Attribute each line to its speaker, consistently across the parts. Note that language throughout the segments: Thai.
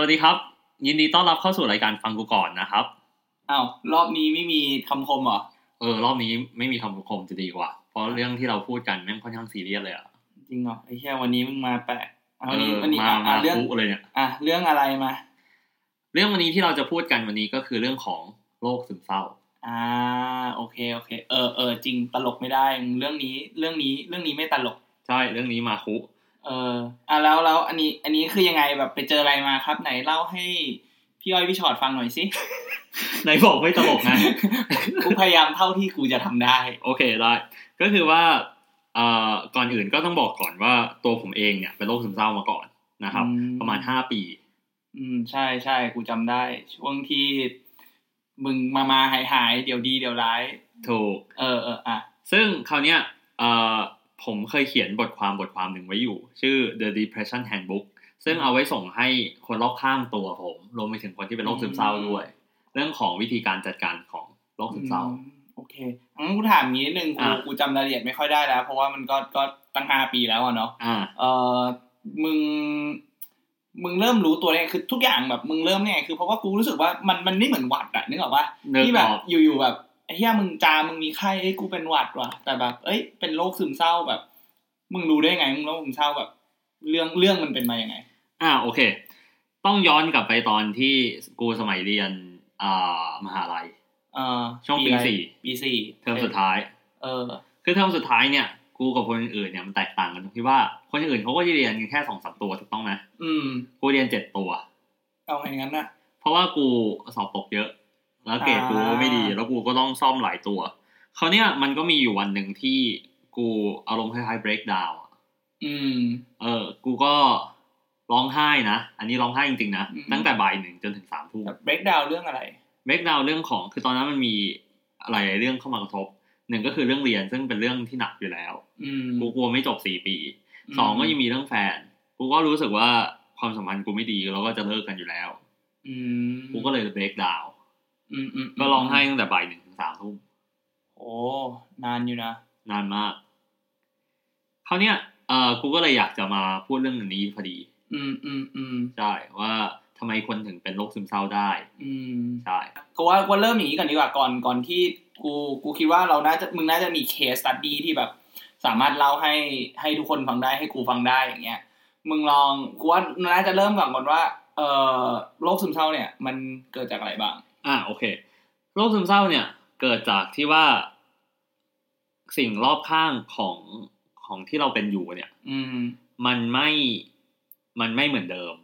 Speaker 1: วัสดีครับ ยินดีต้อนรับเข้าสู่รายการฟังกูก่อนนะครับ
Speaker 2: อ้าวรอบนี้ไม่มีคำคมเหรอ
Speaker 1: เออรอบนี้ไม่มีคำคมจะดีกว่า เพราะเรื่องที่เราพูดกันแม่งค่อนข้างซีเรียสเลยอะ
Speaker 2: จริงเหรอไอ้เหี้ยวันนี้มึงมาแปลกอ่ะ
Speaker 1: เอ
Speaker 2: วันนี้
Speaker 1: อ
Speaker 2: วันนี้
Speaker 1: มามา
Speaker 2: อ่ะอ่ะเรื่อง
Speaker 1: คุเลยเนี่ย
Speaker 2: อ่ะเรื่องอะไรมา
Speaker 1: เรื่องวันนี้ที่เราจะพูดกันวันนี้ก็คือเรื่องของโรคซึมเศร้า
Speaker 2: อ่าโอเคโอเค เออเออจริงตลกไม่ได้มึงเรื่องนี้เรื่องนี้เรื่องนี้ไม่ตลก
Speaker 1: ใช่เรื่องนี้มาคุ
Speaker 2: เอออ่ะแล้วแล้วอันนี้อันนี้คือยังไงแบบไปเจออะไรมาครับ ไหนเล่าให้พี่อ้อยพี่ชอดฟังหน่อยสิ
Speaker 1: ไหนบอกไม่ตลก นะ
Speaker 2: กูพยายามเท่าที่กูจะทำได้
Speaker 1: โอเคได้ก็คือว่าเอ่อก่อนอื่นก็ต้องบอกก่อนว่าตัวผมเองเนี่ยเป็นโรคซึมเศร้ามาก่อนนะครับ
Speaker 2: อื
Speaker 1: ประมาณห้าปี
Speaker 2: อืมใช่ใช่กูจำได้ ช่วงที่มึงมามาหายหายเดี๋ยวดีเดี๋ยวร้าย
Speaker 1: ถูก
Speaker 2: เออเอออ่ะ
Speaker 1: ซึ่งคราวเนี้ยเอ่อผมเคยเขียนบทความบทความหนึ่งไว้อยู่ ชื่อ The Depression Handbook ซึ่งเอาไว้ส่งให้คนรอบข้างตัวผม รวมไปถึงคนที่เป็นโรคซึมเศร้าด้วย เรื่องของวิธีการจัดการของโรคซึมเศร้า
Speaker 2: อืมโอเคงั้นกูถามงี้นิดนึงกู
Speaker 1: อ่ะ
Speaker 2: กูจำรายละเอียดไม่ค่อยได้แล้ว เพราะว่ามันก็ก็ตั้งห้าปีแล้วอะเนาะ
Speaker 1: อ่า
Speaker 2: เออมึง มึงเริ่มรู้ตัวเนี่ยคือทุกอย่างแบบมึงเริ่มเนี่ยคือเพราะว่ากูรู้สึกว่ามันมันไม่เหมือนหวัดอะนึกออกปะ
Speaker 1: นึก
Speaker 2: ที่แบ
Speaker 1: อบ อก
Speaker 2: อยู่ๆแบบไอ้เหี้ยมึงจามมึงมีไข้เอ้ยกูเป็นหวัดว่ะ แต่แบบ เอ้ยเป็นโรคซึมเศร้าแบบ มึงรู้ได้ไงมึงโรคซึมเศร้าแบบ เรื่องเรื่องมันเป็นมายังไง
Speaker 1: อ่าโอเค ต้องย้อนกลับไปตอนที่กูสมัยเรียนอ่ามหาลัย
Speaker 2: เออ
Speaker 1: ช่วงปี
Speaker 2: อะไร
Speaker 1: สี่
Speaker 2: ปีสี่
Speaker 1: เทอมสุดท้าย
Speaker 2: เออ
Speaker 1: คือเทอมสุดท้ายเนี่ย กูกับคนอื่นเนี่ยมันแตกต่างกันตรงที่ว่าคนอื่นเขาก็จะเรียนกันแค่สองสามตัวถูกต้องไหม
Speaker 2: อืม
Speaker 1: กูเรียนเจ็ดตัว
Speaker 2: เอาไงงั้นนะ
Speaker 1: เพราะว่ากูสอบตกเยอะ แล้วเกรดกูก็ไม่ดี
Speaker 2: อ่า
Speaker 1: แล้วกูก็ต้องซ่อมหลายตัวเขาวเนี่ยมันก็มีอยู่วันหนึ่งที่กูอารมณ์คล้ายๆ break down อะ
Speaker 2: อืม
Speaker 1: เออ กูก็ร้องไห้นะ อันนี้ร้องไห้จริงๆนะ
Speaker 2: อืม
Speaker 1: ตั้งแต่บ่ายหนึ่งจนถึงสามทุ่ม
Speaker 2: แบบ break down เรื่องอะไร
Speaker 1: break down เรื่องของ คือตอนนั้นมันมีหลายๆเรื่องเข้ามากระทบ หนึ่งก็คือเรื่องเรียนซึ่งเป็นเรื่องที่หนักอยู่แล้ว
Speaker 2: อืม
Speaker 1: กูกลัวไม่จบสี่ปี สองก็ยังมีเรื่องแฟน กูก็รู้สึกว่าความสัมพันธ์กูไม่ดีแล้วก็จะเลิกกันอยู่แล้ว
Speaker 2: อืม
Speaker 1: กูก็เลย break down
Speaker 2: อืมอืมม
Speaker 1: ก็ร้องไห้ตั้งแต่บ่ายหนึ่งถึงสามทุ่ม
Speaker 2: โอ้นานอยู่นะ
Speaker 1: นานมาก คราวเนี้ยเออกูก็เลยอยากจะมาพูดเรื่องนี้พอดี
Speaker 2: อืมอืมอืม
Speaker 1: ใช่ว่าทำไมคนถึงเป็นโรคซึมเศร้าได้
Speaker 2: อืม
Speaker 1: ใช่
Speaker 2: ก็ว่าว่าเริ่มอย่างนี้ก่อนดีกว่าก่อนก่อนที่กูกูคิดว่าเราน่าจะมึงน่าจะมีเคสตัดดี้ที่แบบ สามารถเล่าให้ให้ทุกคนฟังได้ให้กูฟังได้อย่างเงี้ยมึงลองกูว่าน่าจะเริ่มก่อนก่อนว่าเอ่อโรคซึมเศร้าเนี่ย มันเกิดจากอะไรบ้าง
Speaker 1: อ่ะโอเคโรคซึมเศร้าเนี่ย เกิดจากที่ว่า สิ่งรอบข้างของของที่เราเป็นอยู่เนี่ย
Speaker 2: อืม
Speaker 1: มันไม่มันไม่เหมือนเดิม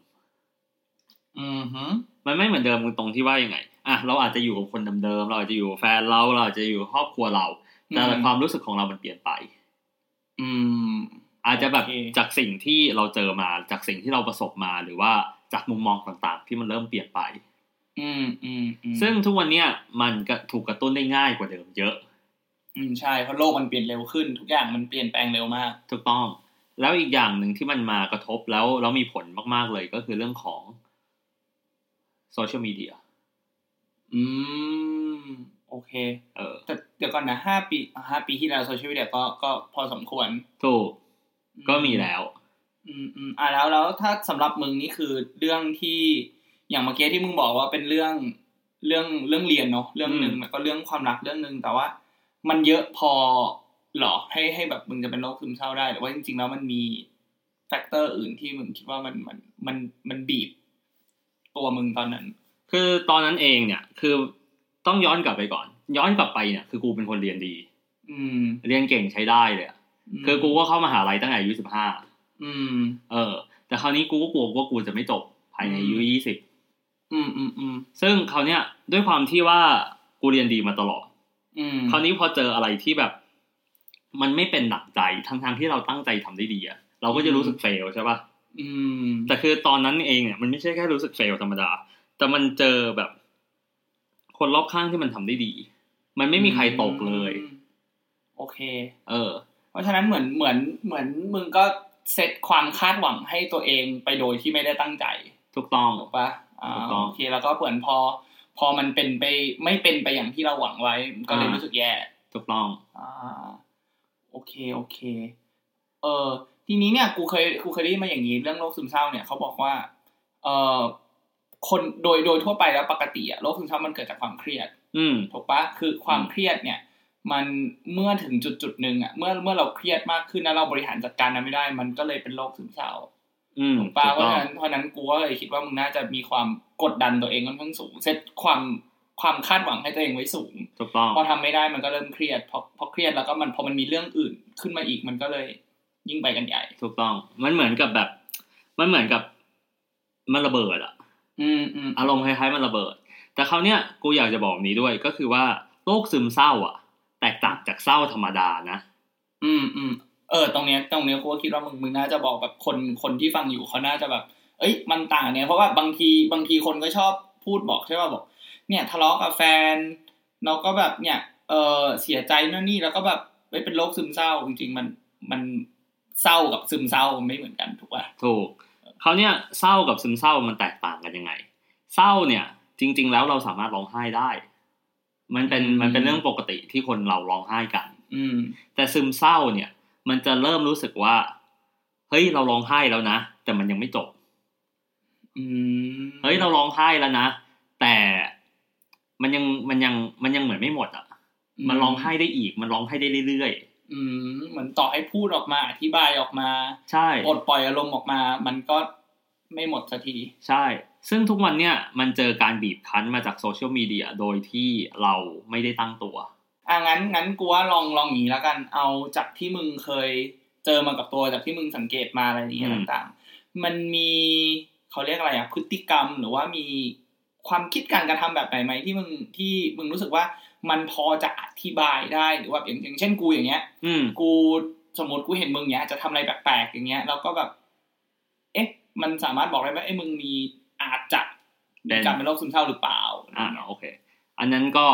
Speaker 2: อืมฮึ
Speaker 1: มันไม่เหมือนเดิมตรงที่ว่ายังไงอ่ะเราอาจจะอยู่กับคนเดิมๆเราอาจจะอยู่กับแฟนเราเราอาจจะอยู่กับครอบครัวเรา แต่ความรู้สึกของเรามันเปลี่ยนไป
Speaker 2: อืม
Speaker 1: อาจจะแบบ
Speaker 2: โอเค
Speaker 1: จากสิ่งที่เราเจอมาจากสิ่งที่เราประสบมาหรือว่าจากมุมมองต่างๆ ที่มันเริ่มเปลี่ยนไป
Speaker 2: อืมอืมอืม
Speaker 1: ซึ่งทุกวันเนี้ยมันก็ถูกกระตุ้นได้ง่ายกว่าเดิมเยอะ
Speaker 2: อืมใช่เพราะโลกมันเปลี่ยนเร็วขึ้น ทุกอย่างมันเปลี่ยนแปลงเร็วมาก
Speaker 1: ถูกต้อง แล้วอีกอย่างหนึ่งที่มันมากระทบแล้วแล้วมีผลมากๆเลยก็คือเรื่องของโซเชียลมีเดีย
Speaker 2: อืม โอเค
Speaker 1: เออ
Speaker 2: แต่เดี๋ยวก่อนนะห้าปีห้าปีที่แล้วโซเชียลมีเดียก็ก็พอสมควร
Speaker 1: ถูก
Speaker 2: อื
Speaker 1: ก็มีแล้ว
Speaker 2: อืมอืมอ่าแล้วแล้วถ้าสำหรับมึงนี่คือเรื่องที่อย่างเมื่อกี้ที่มึงบอกว่าเป็นเรื่องเรื่องเรื่องเรียนเนาะเรื่องหนึ่ง
Speaker 1: อืม
Speaker 2: แล้วก็เรื่องความรักเรื่องหนึ่งแต่ว่า มันเยอะพอเหรอให้ให้แบบมึงจะเป็นโรคซึมเศร้าได้หรือว่าจริงๆแล้วมันมีแฟกเตอร์อื่นที่มึงคิดว่ามันมันมันมันบีบ ตัวมึงตอนนั้น
Speaker 1: คือตอนนั้นเองเนี่ยคือต้องย้อนกลับไปก่อน ย้อนกลับไปเนี่ยคือกูเป็นคนเรียนดี
Speaker 2: อืม
Speaker 1: เรียนเก่งใช้ได้เลยอะ
Speaker 2: ม
Speaker 1: คือกูก็เข้ามหาลัยตั้งแต่อายุสิบห้า
Speaker 2: อืม
Speaker 1: เออแต่คราวนี้กูก็กลัวว่ากูจะไม่จบภายในอายุ
Speaker 2: อืม
Speaker 1: ยี่สิบ
Speaker 2: อืมอืมอืม
Speaker 1: ซึ่งคราวเนี้ยด้วยความที่ว่ากูเรียนดีมาตลอด
Speaker 2: อืม
Speaker 1: คราวนี้พอเจออะไรที่แบบ มันไม่เป็นหนักใจทั้งทางๆที่เราตั้งใจทำได้ดีอะเราก็จะ
Speaker 2: อืม
Speaker 1: รู้สึกเฟลใช่ปะ่ะ
Speaker 2: อืม
Speaker 1: แต่คือตอนนั้นเองเนี่ยมันไม่ใช่แค่รู้สึกเฟลธรรมดา แต่มันเจอแบบ คนรอบข้างที่มันทำได้ดี มันไม่มีใครตกเลย
Speaker 2: อืมโอเค
Speaker 1: เออ
Speaker 2: เพราะฉะนั้นเหมือนเหมือนเหมือนมึงก็เซตความคาดหวังให้ตัวเองไปโดยที่ไม่ได้ตั้งใจ
Speaker 1: ถูกต้อง
Speaker 2: ถูกปะอ่า
Speaker 1: ถูกต้อง
Speaker 2: โอเคแล้วก็เหมือนพอ พอมันเป็นไปไม่เป็นไปอย่างที่เราหวังไว้มันก็เลย
Speaker 1: อ่ารู้
Speaker 2: รู้สึกแย่
Speaker 1: ถูกต้อง
Speaker 2: อ่า โอเคโอเค เออทีนี้เนี่ยกูเคยกูเคยได้ยินมาอย่างนี้เรื่องโรคซึมเศร้าเนี่ยเขาบอกว่า เออ คนโดยโดยทั่วไปแล้วปกติอะโรคซึมเศร้ามันเกิดจากความเครียด
Speaker 1: อืม
Speaker 2: ถูกปะคือความ
Speaker 1: อืม
Speaker 2: เครียดเนี่ย มันเมื่อถึงจุดจุดหนึ่งอะเมื่อเมื่อเราเครียดมากขึ้นแล้วเราบริหารจัดการมันไม่ได้ มันก็เลยเป็นโรคซึมเศร้า
Speaker 1: อืม
Speaker 2: ถูกปะ
Speaker 1: ถูก
Speaker 2: เพราะ
Speaker 1: ต้อง
Speaker 2: ฉะนั้นเพราะฉะนั้นกูก็เลยคิดว่ามึงน่าจะมีความกดดันตัวเองค่อนข้างสูง เซตความความคาดหวังให้ตัวเองไว้สูง
Speaker 1: ถูกต้อง
Speaker 2: พอทำไม่ได้มันก็เริ่มเครียดพอพอเครียดแล้วก็มันพอมันมีเรื่องอื่นขึ้นมาอีกมันก็เลยยิ่งไปกันใหญ่
Speaker 1: ถูกต้อง มันเหมือนกับแบบ มันเหมือนกับ มันระเบิดอะ
Speaker 2: อืมอืม
Speaker 1: อารมณ์คล้ายๆมันระเบิด แต่คราวเนี้ยกูอยากจะบอกนี้ด้วยก็คือว่าโรคซึมเศร้าอ่ะ แตกต่างจากเศร้าธรรมดานะ
Speaker 2: อืมอืมเออ ตรงเนี้ยตรงเนี้ยกูก็คิดว่ามึงมึงน่าจะบอกแบบคนคนที่ฟังอยู่เขาน่าจะแบบ เอ้ยมันต่างกันเนี่ยเพราะว่าบางทีบางทีคนก็ชอบพูดบอกใช่ป่ะบอก เนี่ยทะเลาะกับแฟนแล้วก็แบบเนี่ยเออเสียใจนู่นนี่แล้วก็แบบเอ้ยเป็นโรคซึมเศร้าจริงๆมันมันเศร้ากับซึมเศร้ามันไม่เหมือนกันถูกป่ะ
Speaker 1: ถูกคราวเนี้ยเศร้ากับซึมเศร้ามันแตกต่างกันยังไง เศร้าเนี่ย จริง ๆ แล้วเราสามารถร้องไห้ได้ มันเป็นมันเป็นเรื่องปกติที่คนเราร้องไห้กัน
Speaker 2: อืม
Speaker 1: แต่ซึมเศร้าเนี่ย มันจะเริ่มรู้สึกว่า เฮ้ยเราร้องไห้แล้วนะ แต่มันยังไม่จบ
Speaker 2: อืม
Speaker 1: เฮ้ยเราร้องไห้แล้วนะ แต่มันยังมันยังมันยังเหมือนไม่หมดอ่ะ มันร้องไห้ได้อีก มันร้องไห้ได้เรื่อย
Speaker 2: อืมเหมือนต่อให้พูดออกมาอธิบายออกมา
Speaker 1: ๆ ใช่
Speaker 2: ปลดปล่อยอารมณ์ออกมา มันก็ไม่หมดสักที
Speaker 1: ใช่ ซึ่งทุกวันเนี่ยมันเจอการบีบคั้นมาจากโซเชียลมีเดียโดยที่เราไม่ได้ตั้งตัว
Speaker 2: อ่ะงั้นงั้นกูว่าลองลองอย่างนี้แล้วกัน เอาจากที่มึงเคยเจอมากับตัวจากที่มึงสังเกตมาอะไรอย่างเงี้ย
Speaker 1: อืม
Speaker 2: ต่างๆ มันมีเขาเรียกอะไรอะพฤติกรรมหรือว่ามีความคิดการกระทำแบบไหนไหมที่มึงที่มึงรู้สึกว่ามันพอจะอธิบายได้หรือว่าอย่างอย่างเช่นกูอย่างเงี้ย
Speaker 1: อืม
Speaker 2: กูสมมติกูเห็นมึงเนี้ยจะทำอะไรแปลกๆอย่างเงี้ยแล้วก็แบบ เอ๊ะ มันสามารถบอกได้ไหมเอ้ยมึงมีอาจจะ
Speaker 1: เป็
Speaker 2: มี
Speaker 1: น
Speaker 2: การเป็นโรคซึมเศร้าหรือเปล่า
Speaker 1: อ่าโอเค อันนั้นก็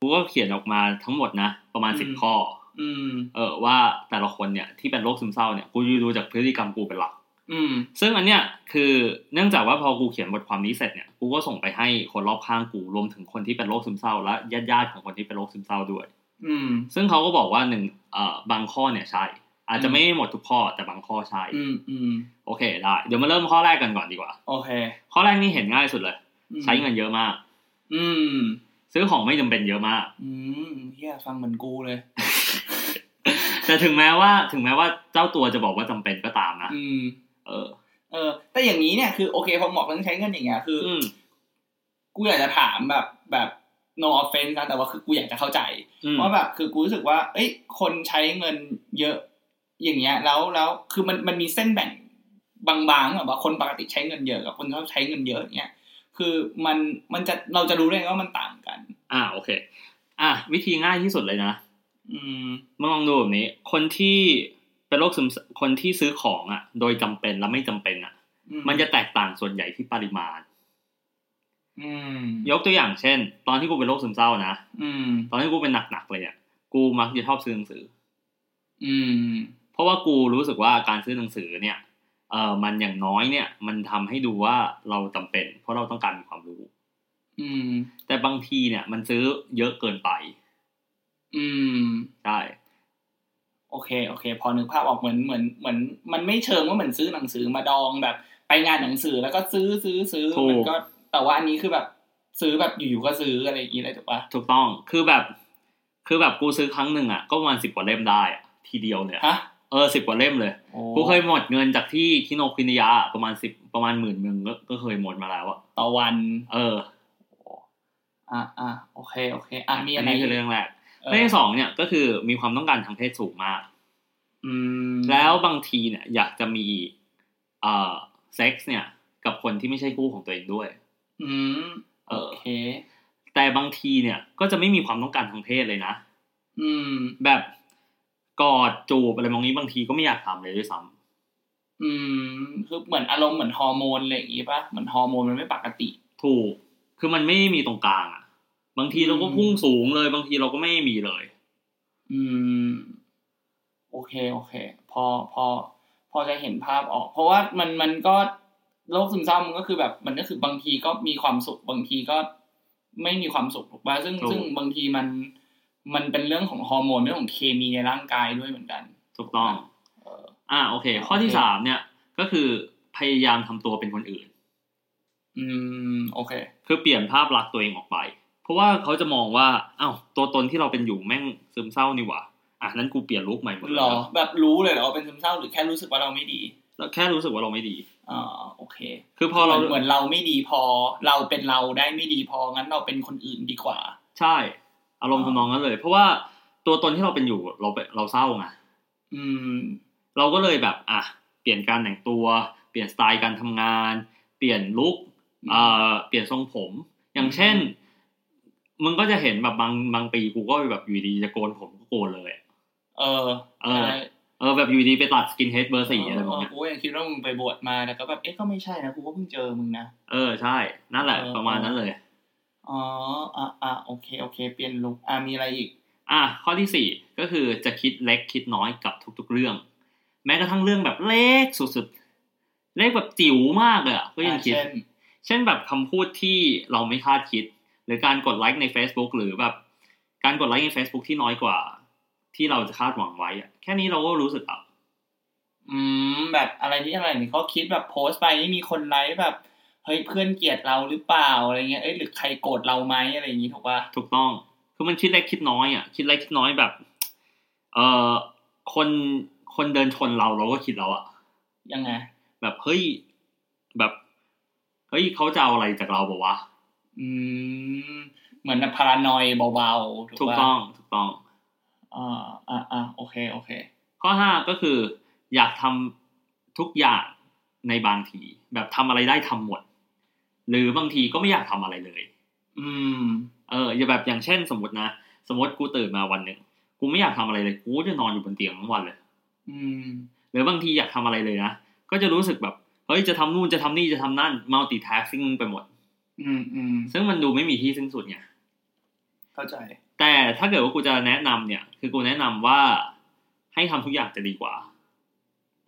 Speaker 1: กูก็เขียนออกมาทั้งหมดนะ ประมาณ
Speaker 2: อืม
Speaker 1: สิบข้อ
Speaker 2: อืม
Speaker 1: เออว่าแต่ละคนเนี่ยที่เป็นโรคซึมเศร้าเนี่ยกูดูจากพฤติกรรมกูเป็นหลัก
Speaker 2: อืม
Speaker 1: ซึ่งอันเนี้ยคือเนื่องจากว่าพอกูเขียนบทความนี้เสร็จเนี่ยกูก็ส่งไปให้คนรอบข้างกูรวมถึงคนที่เป็นโรคซึมเศร้าและญาติๆของคนที่เป็นโรคซึมเศร้าด้วย
Speaker 2: อืม
Speaker 1: ซึ่งเขาก็บอกว่าหนึ่งเอ่อบางข้อเนี่ยใช่ อาจจะไม่หมดทุกข้อแต่บางข้อใช่
Speaker 2: อืมอืม
Speaker 1: โอเคได้ เดี๋ยวมาเริ่มข้อแรกกันก่อนดีกว่า
Speaker 2: โอเค
Speaker 1: ข้อแรกนี่เห็นง่ายสุดเลย
Speaker 2: อืม
Speaker 1: ใช้เงินเยอะมาก
Speaker 2: อืม
Speaker 1: ซื้อของไม่จำเป็นเยอะมาก
Speaker 2: อืมเฮียฟังเหมือนกูเลย
Speaker 1: แต่ถึงแม้ว่าถึงแม้ว่าเจ้าตัวจะบอกว่าจำเป็นก็ตามนะ
Speaker 2: อืม
Speaker 1: เออ
Speaker 2: เออ แต่อย่างนี้เนี่ยคือโอเคพอหมอกเรื่องใช้เงินอย่างเงี้ยคืออ
Speaker 1: อืม
Speaker 2: กูอยากจะถามแบบแบบ no offense นะแต่ว่าคือกูอยากจะเข้าใจ
Speaker 1: อืม
Speaker 2: ว่าแบบคือกูรู้สึกว่า เอ้ย คนใช้เงินเยอะ อย่างเงี้ย แล้วแล้วคือมันมันมีเส้นแบ่งบางๆแบบว่าคนปกติใช้เงินเยอะกับคนชอบใช้เงินเยอะอย่างเงี้ยคือมันมันจะเราจะรู้ได้ไงว่ามันต่างกัน
Speaker 1: อ่าโอเค อ่ะวิธีง่ายที่สุดเลยนะ
Speaker 2: อืม
Speaker 1: มึงลองดูแบบนี้ คนที่เป็นโรคซึมเศร้าคนที่ซื้อของอ่ะ โดยจำเป็นและไม่จำเป็นอ่ะ
Speaker 2: อื
Speaker 1: มันจะแตกต่างส่วนใหญ่ที่ปริมาณ
Speaker 2: อืม
Speaker 1: ยกตัวอย่างเช่น ตอนที่กูเป็นโรคซึมเศร้านะ
Speaker 2: อืม
Speaker 1: ตอนที่กูเป็นหนักๆเลยเนี่ย กูมักจะชอบซื้อหนังสือ
Speaker 2: อืม
Speaker 1: เพราะว่ากูรู้สึกว่าการซื้อหนังสือเนี่ย เออมันอย่างน้อยเนี่ย มันทำให้ดูว่าเราจำเป็น เพราะเราต้องการมีความรู้
Speaker 2: อืม
Speaker 1: แต่บางทีเนี่ยมันซื้อเยอะเกินไป
Speaker 2: อืม
Speaker 1: ใช่
Speaker 2: โอเค โอเค พอนึกภาพออกเหมือนเหมือนเหมือน มันไม่เชิงว่าเหมือนซื้อหนังสือมาดองแบบ ไปงานหนังสือแล้วก็ซื้อซื้อซื้อ
Speaker 1: ถูก
Speaker 2: มัก็ แต่ว่าอันนี้คือแบบซื้อแบบอยู่ๆก็ซื้ออะไรอย่างนี้เลยถูกปะ
Speaker 1: ถูกต้อง คือแบบ คือแบบกูซื้อครั้งหนึ่งอ่ะ ก็ประมาณสิบกว่าเล่มได้อะทีเดียวเลยอะ
Speaker 2: ฮะ
Speaker 1: เออสิบกว่าเล่มเลย
Speaker 2: โอ้
Speaker 1: กูเคยหมดเงินจากที่คิโนคินิยะประมาณสิบประมาณหมื่นหนึ่งก็ก็เคยหมดมาแล้วอะ
Speaker 2: ต่อวัน
Speaker 1: เออ
Speaker 2: อ่ะอ่ะโอเค โอเค อ่ะมี
Speaker 1: อั
Speaker 2: อะ
Speaker 1: น
Speaker 2: ไร
Speaker 1: นี้คือเรื่องแรกเรื่องที่สองเนี่ยก็คือมีความต้องการทางเพศสูงมาก
Speaker 2: อืม
Speaker 1: แล้วบางทีเนี่ยอยากจะมีเอ่อเซ็กซ์เนี่ย กับคนที่ไม่ใช่คู่ของตัวเองด้วย
Speaker 2: อืม
Speaker 1: เอ
Speaker 2: โอ
Speaker 1: อ
Speaker 2: เค
Speaker 1: แต่บางทีเนี่ยก็จะไม่มีความต้องการทางเพศเลยนะ
Speaker 2: อืม
Speaker 1: แบบกอดจูบอะไรมองนี้บางทีก็ไม่อยากทำเลยด้วยซ้
Speaker 2: อืม คือเหมือนอารมณ์เหมือนฮอร์โมนอะไรอย่างงี้ปะเหมือนฮอร์โมนมันไม่ปกติ
Speaker 1: ำถูก คือมันไม่มีตรงกลางอะบางทีเราก็
Speaker 2: อืม
Speaker 1: พุ่งสูงเลย บางทีเราก็ไม่มีเลย
Speaker 2: อืม โอเคโอเค พอพอ พอจะเห็นภาพออก เพราะว่ามันมันก็โรคซึมเศร้ามันก็คือแบบ มันก็คือบางทีก็มีความสุขบางทีก็ไม่มีความสุขถูกป่ะซึ่ง
Speaker 1: ถูก
Speaker 2: ซึ่งบางทีมัน มันเป็นเรื่องของฮอร์โมนเรื่องของเคมีในร่างกายด้วยเหมือนกัน
Speaker 1: ถูกต้อง
Speaker 2: เออ
Speaker 1: อ่าโอเค ข้อ
Speaker 2: โอเค
Speaker 1: ที่สามเนี่ยก็คือพยายามทำตัวเป็นคนอื่น
Speaker 2: อืม โอเค
Speaker 1: คือเปลี่ยนภาพลักษณ์ตัวเองออกไป เพราะว่าเขาจะมองว่าอ้าวตัวตนที่เราเป็นอยู่แม่งซึมเศร้านี่หว่าอ่ะนั้นกูเปลี่ยนลุคใหม่หมด
Speaker 2: หร
Speaker 1: แล้
Speaker 2: อ
Speaker 1: ว
Speaker 2: แบบรู้เลยเหรอว่าเป็นซึมเศร้าหรือแค่รู้สึกว่าเราไม่ดี
Speaker 1: แล้วแค่รู้สึกว่าเราไม่ดี
Speaker 2: อ่าโอเค
Speaker 1: คือพอเรา
Speaker 2: เหมือนเราไม่ดีพอ เราเป็นเราได้ไม่ดีพอ งั้นเราเป็นคนอื่นดีกว่า
Speaker 1: ใช่อารมณ์ทำนองนั้นเลย เพราะว่าตัวตนที่เราเป็นอยู่เราเป็นเราเศร้าไง
Speaker 2: อืม
Speaker 1: เราก็เลยแบบอ่ะเปลี่ยนการแต่งตัว เปลี่ยนสไตล์การทำงาน เปลี่ยนลุคเอ่อเปลี่ยนทรงผม อย่างเช่น มึงก็จะเห็นแบบบางบางปีกูก็แบบอยู่ดีจะโกนผมก็โกนเลยอะ
Speaker 2: เออ
Speaker 1: เออ
Speaker 2: ใช่
Speaker 1: เออแบบอยู่ดีไปตัดสกินเฮดเบอร์สี่อะไรแบบ
Speaker 2: เออ
Speaker 1: เนี้ย
Speaker 2: กูยังคิดว่ามึงไปบวชมาแต่ก็แบบ เอ๊ะ ก็ไม่ใช่นะ กูก็เพิ่งเจอมึงนะ
Speaker 1: เออใช่ นั่นแหละ
Speaker 2: เออ
Speaker 1: ประมาณนั้นเลย
Speaker 2: อ๋อ อ่ะอ่ะโอเค โอเค เปลี่ยนลุกอ่ะมีอะไรอีก
Speaker 1: อ่ะข้อที่สี่ก็คือจะคิดเล็กคิดน้อยกับทุกๆเรื่อง แม้กระทั่งเรื่องแบบเล็กสุดๆเล็กแบบจิ๋วมากเลยอะก็ยังคิด
Speaker 2: อ่ะเช่น
Speaker 1: เช่นแบบคำพูดที่เราไม่คาดคิด หรือการกดไลค์ใน Facebook หรือแบบการกดไลค์ใน Facebook ที่น้อยกว่า ที่เราจะคาดหวังไว้อะแค่นี้เราก็รู้สึกอ่ะ
Speaker 2: อืม แบบอะไรที่อะไรนี่เขาคิดแบบโพสต์ไปนี่มีคนไลค์แบบ เฮ้ย เพื่อนเกลียดเราหรือเปล่า อะไรเงี้ย เอ้ย หรือใครโกรธเราไหมอะไรอย่างงี้ถูกป่ะ
Speaker 1: ถูกต้องคือมันคิดเล็กคิดน้อยอ่ะคิดเล็กคิดน้อยแบบเอ่อคนคนเดินชนเราเราก็คิดแล้วอ่ะ
Speaker 2: ยังไง
Speaker 1: แบบเฮ้ยแบบเฮ้ยเขาจะเอาอะไรจากเราบอกว่าวะ
Speaker 2: อืม เหมือนแบบพารานอยด์เบาๆ ถู
Speaker 1: ถู
Speaker 2: ก
Speaker 1: ก
Speaker 2: ป่ะ
Speaker 1: ต้องถูกต้อง
Speaker 2: อ่าอ่ะอ่ะโอเค โอเค
Speaker 1: ข้อห้าก็คือ อยากทำทุกอย่างในบางที แบบทำอะไรได้ทำหมด หรือบางทีก็ไม่อยากทำอะไรเลย
Speaker 2: อืม
Speaker 1: เอออย่าแบบอย่างเช่น สมมตินะ สมมติกูตื่นมาวันหนึ่งกูไม่อยากทำอะไรเลยกูจะนอนอยู่บนเตียงทั้งวันเลย
Speaker 2: อืม
Speaker 1: หรือบางทีอยากทำอะไรเลยนะก็จะรู้สึกแบบเฮ้ยจะทำนู่นจะทำนี่จะทำนั่น multitasking ไปหมด
Speaker 2: อืมอืม
Speaker 1: ซึ่งมันดูไม่มีที่สิ้นสุดไง
Speaker 2: เข้าใจ
Speaker 1: แต่ถ้าเกิดว่ากูจะแนะนำเนี่ย คือกูแนะนำว่าให้ทำทุกอย่างจะดีกว่า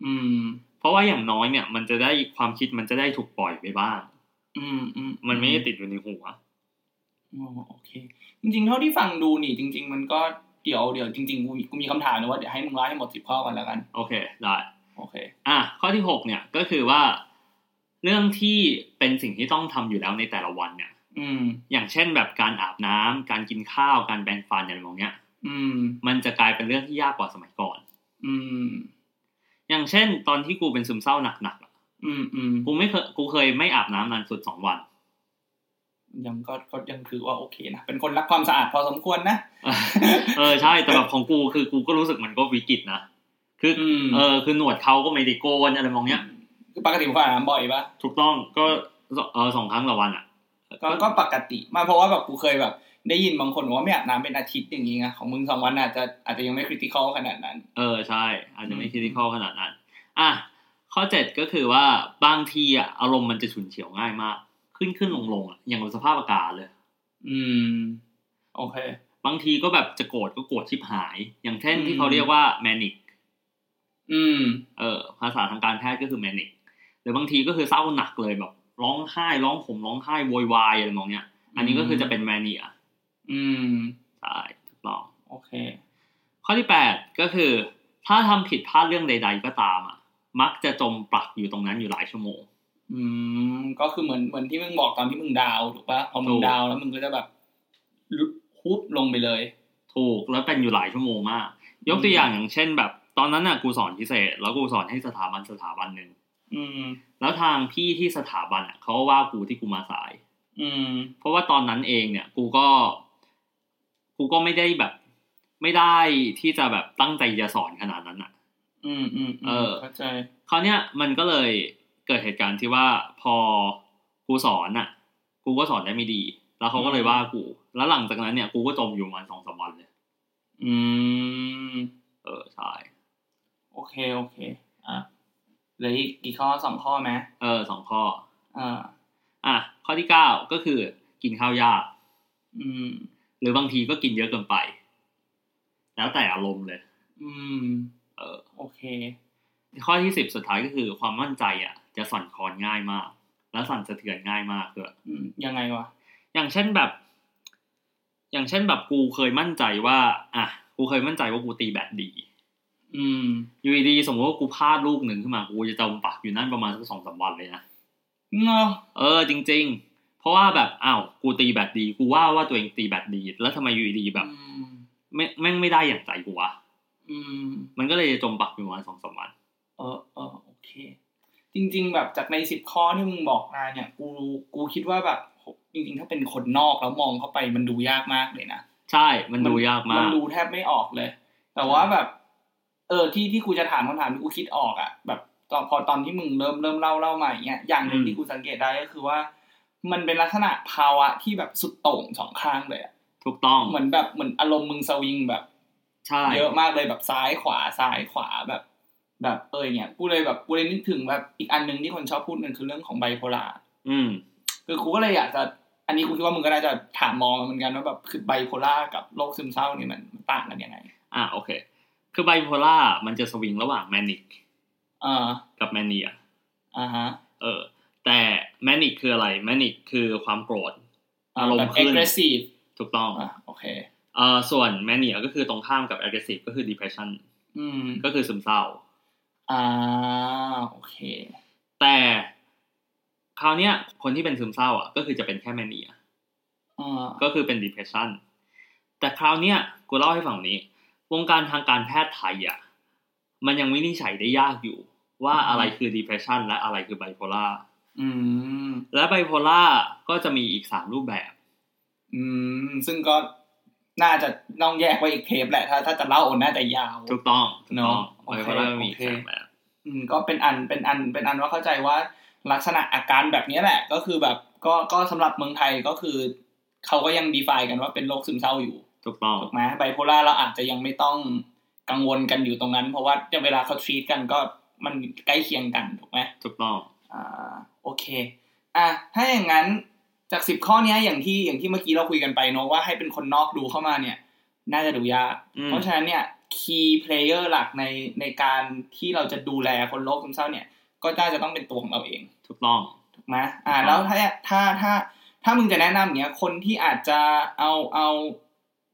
Speaker 2: อืม
Speaker 1: เพราะว่าอย่างน้อยเนี่ยมันจะได้ความคิดมันจะได้ถูกปล่อยไปบ้าง
Speaker 2: อืมอืม
Speaker 1: มันไม่ได้ติดอยู่ในหัว
Speaker 2: อ๋อโอเค จริงๆ เท่าที่ฟังดูนี่จริง ๆ มันก็เดี๋ยวเดี๋ยวจริงๆกูมีกูมีคำถามนะว่าเดี๋ยวให้มึงไล่ให้หมดสิบข้อก่อนแล้วกัน
Speaker 1: โอเคได้
Speaker 2: โอเค
Speaker 1: อ่ะข้อที่หกเนี่ยก็คือว่า เรื่องที่เป็นสิ่งที่ต้องทำอยู่แล้วในแต่ละวันเนี่ย
Speaker 2: อืม
Speaker 1: อย่างเช่นแบบการอาบน้ำการกินข้าว การแปรงฟันอะไรแบบเนี้ย
Speaker 2: อืม
Speaker 1: มันจะกลายเป็นเรื่องที่ยากกว่าสมัยก่อน
Speaker 2: อืม
Speaker 1: อย่างเช่น ตอนที่กูเป็นซึมเศร้าหนักๆอะ
Speaker 2: อืมอืม
Speaker 1: กูไม่เคยกูเคยไม่อาบน้ำนานสุดสองวัน
Speaker 2: ยังก็ก็ยังถือว่าโอเคนะ เป็นคนรักความสะอาดพอสมควรนะ
Speaker 1: เออใช่แต่แบบของกูคือกูก็รู้สึกมันก็วิกฤตนะคืออ
Speaker 2: อืม
Speaker 1: เออคือหนวดเขาก็ไม่ได้โกนอะไรมองเนี้ย
Speaker 2: คือปกติผมก็อาบน้ำบ่อยปะ
Speaker 1: ถูกต้องก็เออสองครั้งต่อวันอ่ะ
Speaker 2: ก็ก็ปกติมากเพราะว่าแบบกูเคยแบบ ได้ยินบางคนบอกว่าไม่อาบน้ำเป็นอาทิตย์อย่างงี้ไงของมึงสองวันอาจจะอาจจะยังไม่คริติคอลขนาดนั้น
Speaker 1: เออใช่ อาจจะไม่
Speaker 2: อืม
Speaker 1: คิดที่ข้อขนาดนั้น อ่ะ ข้อเจ็ดก็คือว่าบางทีอ่ะอารมณ์มันจะฉุนเฉียวง่ายมาก ขึ้นขึ้นลงลงอ่ะอย่างกับสภาพอากาศเลย
Speaker 2: อืม โอเค
Speaker 1: บางทีก็แบบจะโกรธก็โกรธชิบหาย อย่างเช่น
Speaker 2: อืม
Speaker 1: ที่เขาเรียกว่าแมนิก
Speaker 2: อืม
Speaker 1: เออภาษาทางการแพทย์ก็คือแมนิกหรือบางทีก็คือเศร้าหนักเลยแบบร้องไห้ร้องห่มร้องไห้โวยวายอะไรมองเนี้ย อันนี้ก็คือจะเป็นแมเนีย
Speaker 2: อืม
Speaker 1: ใช่ถูกต้อง
Speaker 2: โอเค
Speaker 1: ข้อที่ 8 ก็คือ ถ้าทำผิดพลาดเรื่องใด ๆ ก็ตามอ่ะ มักจะจมปลักอยู่ตรงนั้นอยู่หลายชั่วโมง
Speaker 2: อืมก็คือเหมือนเหมือนที่มึงบอกตอนที่มึงดาวถูกปะพอมึ
Speaker 1: ถู
Speaker 2: ง
Speaker 1: ก
Speaker 2: ดาวแล้วมึงก็จะแบบฮุบลงไปเลย
Speaker 1: ถูกแล้วเป็นอยู่หลายชั่วโมงมาก ยกตัวอย่างอย่างเช่น แบบตอนนั้นน่ะกูสอนพิเศษ แล้วกูสอนให้สถาบันสถาบันหนึ่ง
Speaker 2: อืม
Speaker 1: แล้วทางพี่ที่สถาบันอ่ะเขาก็ว่ากูที่กูมาสาย
Speaker 2: อืม
Speaker 1: เพราะว่าตอนนั้นเองเนี่ยกูก็กูก็ไม่ได้แบบ ไม่ได้ที่จะแบบตั้งใจจะสอนขนาดนั้นอ่ะ
Speaker 2: อืมอืมม
Speaker 1: เออ
Speaker 2: เข้าใจ
Speaker 1: คราวเนี้ยมันก็เลยเกิดเหตุการณ์ที่ว่าพอกูสอนอ่ะ กูก็สอนได้ไม่ดี แล้วเขาก็เลยว่ากู แล้วหลังจากนั้นเนี่ยกูก็จมอยู่ประมาณสองสามวันเลย
Speaker 2: อืม
Speaker 1: เออใช่
Speaker 2: โอเคโอเค อ่ะเหลืออีกกี่ข้อสองข้อไหม
Speaker 1: เออสองข้อ
Speaker 2: อ่า
Speaker 1: อ่ะข้อที่เก้าก็คือกินข้าวยาก
Speaker 2: อืม
Speaker 1: หรือบางทีก็กินเยอะเกินไป แล้วแต่อารมณ์เลย
Speaker 2: อืม
Speaker 1: เออ
Speaker 2: โอเค
Speaker 1: ข้อที่สิบสุดท้ายก็คือความมั่นใจอ่ะ จะสั่นคลอนง่ายมาก และสั่นสะเทือนง่ายมากเลย
Speaker 2: อืม ยังไงวะ
Speaker 1: อย่างเช่นแบบ อย่างเช่นแบบกูเคยมั่นใจว่า อ่ะกูเคยมั่นใจว่ากูตีแบตดี
Speaker 2: อืม
Speaker 1: อยู่ดีๆสมมติว่ากูพลาดลูกหนึ่งขึ้นมากูจะจมปักอยู่นั่นประมาณสักสองสามวันเลยนะ
Speaker 2: เนาะ
Speaker 1: เออจริง ๆ เพราะว่าแบบอ้าวกูตีแบตดี กูว่าว่าตัวเองตีแบตดี แล้วทำไมอยู่ดีๆแบบ
Speaker 2: อืม
Speaker 1: ไม่แม่งไม่ได้อย่างใจกูวะ
Speaker 2: อืม
Speaker 1: มันก็เลยจมปักอยู่ประมาณสองสามวัน
Speaker 2: เออเออโอเค จริง ๆ แบบจากในสิบข้อที่มึงบอกมาเนี่ย กูกูคิดว่าแบบโหจริง ๆ ถ้าเป็นคนนอกแล้วมองเข้าไปมันดูยากมากเลยนะ
Speaker 1: ใช่มันดูยาก
Speaker 2: มั
Speaker 1: มาก
Speaker 2: ดูแทบไม่ออกเลย แต่ว่าแบบ เออที่ที่กูจะถามคำถามที่กูคิดออกอ่ะ แบบตอนพอตอนที่มึงเริ่มเริ่มเล่าเล่ามาอย่างเงี้ยอย่างหนึ่ง
Speaker 1: อืม
Speaker 2: ที่กูสังเกตได้ก็คือว่า มันเป็นลักษณะภาวะที่แบบสุดโต่งสองข้างเลยอะ
Speaker 1: ถูกต้อง
Speaker 2: เหมือนแบบเหมือนอารมณ์มึงสวิงแบบ
Speaker 1: ใช่
Speaker 2: เยอะมากเลยแบบซ้ายขวาซ้ายขวาแบบ แบบเอออย่างเนี่ยกูเลยแบบกูเลยนึกถึงแบบอีกอันหนึ่งที่คนชอบพูดกันคือเรื่องของไบโพลาร์
Speaker 1: อืม
Speaker 2: คือกูก็เลยอยากจะ อันนี้กูคิดว่ามึงก็น่าจะถามมองเหมือนกันว่าแบบคือไบโพลาร์กับโรคซึมเศร้าเนี่ยมันมันต่างกันยังไง
Speaker 1: อ่ะโอเค คือไบโพล่ามันจะสวิงระหว่างแมนิก
Speaker 2: เออ
Speaker 1: กับแมเนีย
Speaker 2: อ่าฮะ
Speaker 1: เออ แต่แมนิกคืออะไรแมนิกคือความโกรธ อารมณ์
Speaker 2: แบบ
Speaker 1: ขึ้น
Speaker 2: aggressive
Speaker 1: ถูกต้อง
Speaker 2: อ่ะโอเค
Speaker 1: เอ่อส่วนแมเนียก็คือตรงข้ามกับ aggressive ก็คือ depression
Speaker 2: อืม
Speaker 1: ก็คือซึมเศร้า
Speaker 2: อ่าโอเค
Speaker 1: แต่คราวเนี้ยคนที่เป็นซึมเศร้าอ่ะก็คือจะเป็นแค่แมเนีย
Speaker 2: เอ่า
Speaker 1: ก็คือเป็น depression แต่คราวเนี้ยกูเล่าให้ฟังนี้ วงการทางการแพทย์ไทยอ่ะมันยังวินิจฉัยได้ยากอยู่ ว่าอะไรคือ depression และอะไรคือ bipolar
Speaker 2: อืม
Speaker 1: และไบโพล่าก็จะมีอีกสามรูปแบบ
Speaker 2: อืม ซึ่งก็น่าจะต้องแยกไว้อีกเทปแหละถ้าถ้าจะเล่าน่าจะยาว
Speaker 1: ถูกต้องถูกต้อง
Speaker 2: เนาะโอ
Speaker 1: ไบ
Speaker 2: เค
Speaker 1: โพล่ามีอีก
Speaker 2: โอเค
Speaker 1: สามแบบ
Speaker 2: อืมก็เป็นอันเป็นอันเป็นอันว่าเข้าใจว่าลักษณะอาการแบบนี้แหละ ก็คือแบบก็ก็สำหรับเมืองไทยก็คือ เขาก็ยังดีไฟกันว่าเป็นโรคซึมเศร้าอยู่
Speaker 1: ถูกต้อง
Speaker 2: ถูกไหมไบโพล่าเราอาจจะยังไม่ต้องกังวลกันอยู่ตรงนั้น เพราะว่าเวลาเขาทรีตกันก็มันใกล้เคียงกันถูกไหม
Speaker 1: ถูกต้อง
Speaker 2: อ่าโอเค อ่ะถ้าอย่างนั้นจากสิบข้อเนี้ยอย่างที่อย่างที่เมื่อกี้เราคุยกันไปเนอะว่าให้เป็นคนนอกดูเข้ามาเนี่ย น่าจะดูยาก
Speaker 1: อืม
Speaker 2: เพราะฉะนั้นเนี่ยคีย์เพลเยอร์หลักในในการที่เราจะดูแลคนโรคซึมเศร้าเนี่ย ก็น่าจะต้องเป็นตัวของเราเอง
Speaker 1: ถูกต้อง
Speaker 2: ถูกไหมอ่า
Speaker 1: ครับ
Speaker 2: แล้วถ้าถ้าถ้าถ้ามึงจะแนะนำอย่างเนี้ยคนที่อาจจะเอาเอา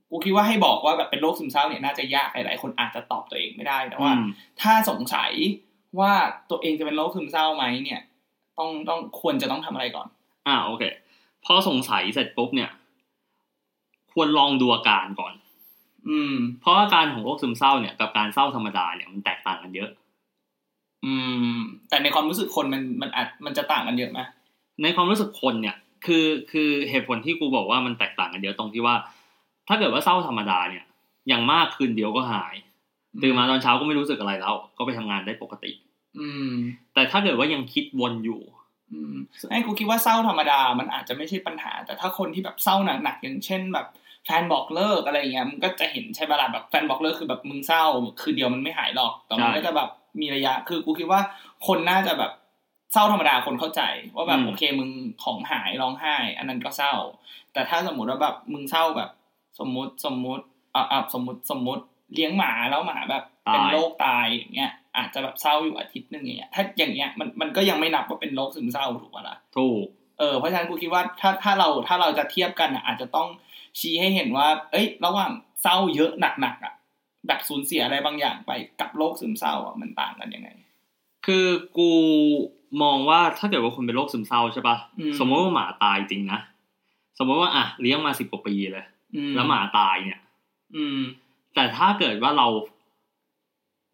Speaker 2: กูคิดว่าให้บอกว่าแบบเป็นโรคซึมเศร้าเนี่ยน่าจะยากหลายๆคนอาจจะตอบตัวเองไม่ได้แต่ว่า
Speaker 1: อืม
Speaker 2: ถ้าสงสัยว่าตัวเองจะเป็นโรคซึมเศร้าไหมเนี่ย ต้องต้องควรจะต้องทำอะไรก่อน
Speaker 1: อ่าโอเค พอสงสัยเสร็จปุ๊บเนี่ย ควรลองดูอาการก่อน
Speaker 2: อืม
Speaker 1: เพราะอาการของโรคซึมเศร้าเนี่ยกับการเศร้าธรรมดาเนี่ยมันแตกต่างกันเยอะ
Speaker 2: อืม แต่ในความรู้สึกคนมันมันอาจมันจะต่างกันเยอะไหม
Speaker 1: ในความรู้สึกคนเนี่ย คือคือเหตุผลที่กูบอกว่ามันแตกต่างกันเยอะตรงที่ว่า ถ้าเกิดว่าเศร้าธรรมดาเนี่ย อย่างมากคืนเดียวก็หายตื่นมาตอนเช้าก็ไม่รู้สึกอะไรแล้ว ก็ไปทำงานได้ปกติ
Speaker 2: อืม
Speaker 1: แต่ถ้าเกิดว่ายังคิดวนอยู่
Speaker 2: อืมไอ้กูคิดว่าเศร้าธรรมดา มันอาจจะไม่ใช่ปัญหา แต่ถ้าคนที่แบบเศร้าหนักๆอย่างเช่นแบบแฟนบอกเลิกอะไรอย่างเงี้ยมันก็จะเห็นใช่ปะล่ะแบบแฟนบอกเลิกคือแบบมึงเศร้า คือเดียวมันไม่หายหรอกแต่มัน
Speaker 1: ใช่
Speaker 2: ก็จะแบบมีระยะ คือกูคิดว่าคนน่าจะแบบเศร้าธรรมดาคนเข้าใจ ว่าแบบ
Speaker 1: อืม
Speaker 2: โอเคมึงของหายร้องไห้ อันนั้นก็เศร้า แต่ถ้าสมมติว่าแบบมึงเศร้าแบบ สมมุติสมมุติอ่ะอ่ะสมมุติสมมุติเลี้ยงหมาแล้วหมาแบบเป็น
Speaker 1: ตาย
Speaker 2: โรคตายอย่างเงี้ยอาจจะแบบเศร้าอยู่อาทิตย์หนึ่งอย่างเงี้ยถ้าอย่างเงี้ยมันมันก็ยังไม่นับว่าเป็นโรคซึมเศร้าถูกปะล่ะ
Speaker 1: ถูก
Speaker 2: เออเพราะฉะนั้นกูคิดว่าถ้าถ้าเราถ้าเราจะเทียบกันอ่ะอาจจะต้องชี้ให้เห็นว่า เอ้ย ระหว่างเศร้าเยอะหนักๆอ่ะแบบสูญเสียอะไรบางอย่างไปกับโรคซึมเศร้าอ่ะมันต่างกันยังไง
Speaker 1: คือกูมองว่าถ้าเกิดว่าคนเป็นโรคซึมเศร้าใช่ปะ
Speaker 2: อืม
Speaker 1: สมมติว่าหมาตายจริงนะ สมมติว่าอ่ะเลี้ยงมาสิบกว่าปีเลย
Speaker 2: อื
Speaker 1: แล้วหมาตายเนี่ย
Speaker 2: อืม
Speaker 1: แต่ถ้าเกิดว่าเรา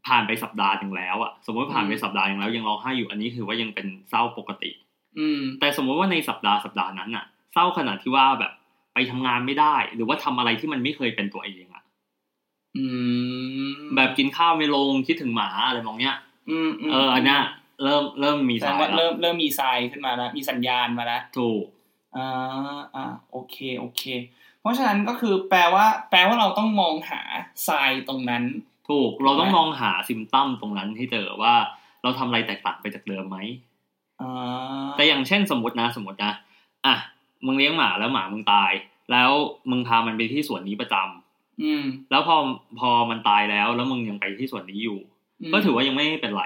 Speaker 1: ผ่านไปสัปดาห์หนึ่งแล้วอะสมมติผ่านไป
Speaker 2: อืม
Speaker 1: สัปดาห์หนึ่งแล้วยังร้องไห้อยู่อันนี้ถือว่ายังเป็นเศร้าปกติ
Speaker 2: อืม
Speaker 1: แต่สมมติว่าในสัปดาห์สัปดาห์นั้นอะเศร้าขนาดที่ว่าแบบไปทำงานไม่ได้ หรือว่าทำอะไรที่มันไม่เคยเป็นตัวเองอะ
Speaker 2: อืม
Speaker 1: แบบกินข้าวไม่ลงคิดถึงหมาอะไรมองเนี้ย
Speaker 2: อืมม
Speaker 1: เอออันเนี้ยเริ่มเริ่มมี
Speaker 2: แสด
Speaker 1: สางย
Speaker 2: ว่า
Speaker 1: แล้
Speaker 2: เริ่
Speaker 1: ว
Speaker 2: มเริ่มมีทรายขึ้นมาแล้วมีสัญญาณมาแล้ว
Speaker 1: ถูก
Speaker 2: อ่าอ่าโอเคโอเค เพราะฉะนั้นก็คือแปลว่า แปลว่าเราต้องมองหาทรายตรงนั้น
Speaker 1: ถูกเราต้อง
Speaker 2: ถูกไหม
Speaker 1: มองหาซิมตัมตรงนั้นให้เจอว่าเราทำอะไรแตกต่างไปจากเดิมไหม
Speaker 2: อ่า
Speaker 1: แต่อย่างเช่นสมมตินะสมมตินะอ่ะมึงเลี้ยงหมาแล้วหมามึงตาย แล้วมึงพามันไปที่สวนนี้ประจำ
Speaker 2: อืม
Speaker 1: แล้วพอพอมันตายแล้วแล้วมึงยังไปที่สวนนี้อยู่
Speaker 2: ม
Speaker 1: ก็ถือว่ายังไม่เป็นไร